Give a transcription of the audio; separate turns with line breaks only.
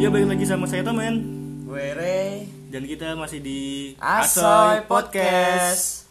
Ya balik lagi sama saya teman
Gue Ray
dan kita masih di
Asoy Podcast